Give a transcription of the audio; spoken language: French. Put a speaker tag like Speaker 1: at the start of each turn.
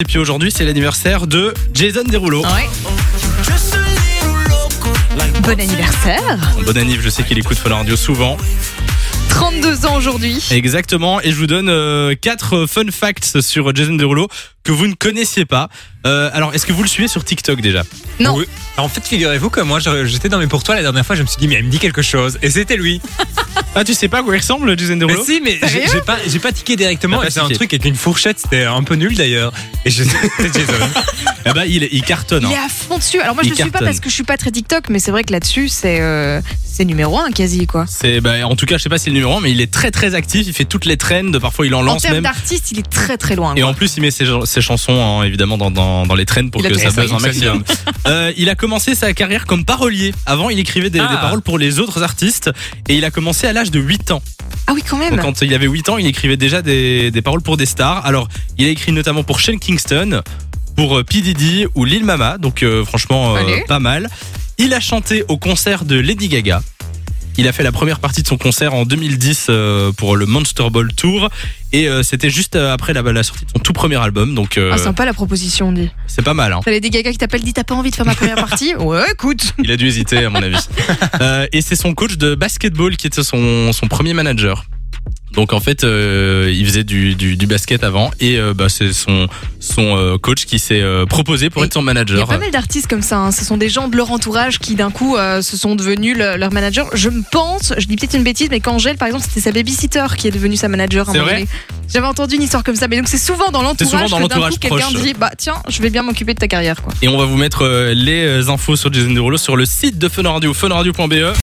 Speaker 1: Et puis aujourd'hui, c'est l'anniversaire de Jason Derulo.
Speaker 2: Ouais. Bon anniversaire.
Speaker 1: Bon anniv, je sais qu'il écoute Fun Radio souvent.
Speaker 2: 32 ans aujourd'hui.
Speaker 1: Exactement, et je vous donne euh, quatre euh, fun facts sur Jason Derulo que vous ne connaissiez pas. Euh, alors, est-ce que vous le suivez sur TikTok déjà
Speaker 2: Non.
Speaker 3: Oui. Alors, En fait, figurez-vous que moi, je- j'étais dans mes pour toi la dernière fois, je me suis dit, mais elle me dit quelque chose. Et c'était lui.
Speaker 1: Ah, tu sais pas à quoi il ressemble, Jason
Speaker 3: Mais
Speaker 1: Derulo
Speaker 3: si, mais j'ai j'ai pas, j'ai pas tiqué directement.
Speaker 1: T'as pas
Speaker 3: et C'est un
Speaker 1: tiqué.
Speaker 3: truc avec une fourchette, c'était un peu nul d'ailleurs. Et je c'était Jason.
Speaker 1: Eh ben, il, il cartonne. hein.
Speaker 2: Il est à fond dessus. Alors moi je
Speaker 1: Il
Speaker 2: le suis pas
Speaker 1: cartonne.
Speaker 2: parce que je suis pas très TikTok, mais c'est vrai que là-dessus c'est euh, c'est numéro un quasi quoi.
Speaker 1: C'est, bah, en tout cas, je sais pas si c'est le numéro 1, mais il est très très actif, il fait toutes les trends, parfois il en
Speaker 2: En
Speaker 1: lance
Speaker 2: termes
Speaker 1: même.
Speaker 2: d'artiste, il est très très loin.
Speaker 1: Et
Speaker 2: quoi.
Speaker 1: en plus, il met ses, ses chansons hein, évidemment dans, dans, dans les trends pour
Speaker 2: Il a
Speaker 1: que
Speaker 2: tout
Speaker 1: ça
Speaker 2: fait,
Speaker 1: buzz
Speaker 2: ça,
Speaker 1: un
Speaker 3: ça, c'est
Speaker 1: maximum. Euh, il a commencé sa carrière comme parolier. Avant, il écrivait des, des
Speaker 3: Ah.
Speaker 1: paroles pour les autres artistes et il a commencé à l'âge de 8 ans.
Speaker 2: Ah oui quand
Speaker 1: Donc,
Speaker 2: même.
Speaker 1: quand euh, il avait 8 ans, il écrivait déjà des, des paroles pour des stars. Alors, il a écrit notamment pour Shane Kingston, pour euh, P. Diddy ou Lil Mama. Donc, euh, franchement, euh,
Speaker 2: Allez.
Speaker 1: pas mal. Il a chanté au concert de Lady Gaga. Il a fait la première partie de son concert en 2010 euh, pour le Monster Ball Tour. Et euh, c'était juste euh, après la, la sortie de son tout premier album. Donc, euh,
Speaker 2: Ah, sympa la proposition, on dit.
Speaker 1: c'est pas mal. hein.
Speaker 2: T'as les des gaga qui t'appellent, dit t'as pas envie de faire ma première partie Ouais, écoute.
Speaker 1: Il a dû hésiter, à mon avis. Euh, et c'est son coach de basketball qui était son, son premier manager. Donc en fait, euh, il faisait du, du, du basket avant et euh, bah, c'est son, son euh, coach qui s'est euh, proposé pour
Speaker 2: Et
Speaker 1: être son
Speaker 2: Il y a
Speaker 1: manager.
Speaker 2: pas mal d'artistes comme ça. hein. Ce sont des gens de leur entourage qui d'un coup euh, se sont devenus le- leur manager. Je me pense, je dis peut-être une bêtise, mais qu'Angèle par exemple, c'était sa babysitter qui est devenue sa manager. à un
Speaker 1: C'est
Speaker 2: moment
Speaker 1: vrai
Speaker 2: donné. J'avais entendu une histoire comme ça, mais donc c'est souvent dans
Speaker 1: C'est souvent
Speaker 2: l'entourage
Speaker 1: dans
Speaker 2: que d'un
Speaker 1: l'entourage
Speaker 2: coup quelqu'un
Speaker 1: proche.
Speaker 2: dit bah tiens, je vais bien m'occuper de ta carrière quoi.
Speaker 1: Et on va vous mettre euh, les euh, infos sur Jason Derulo sur le site de Fun Radio, funradio.be.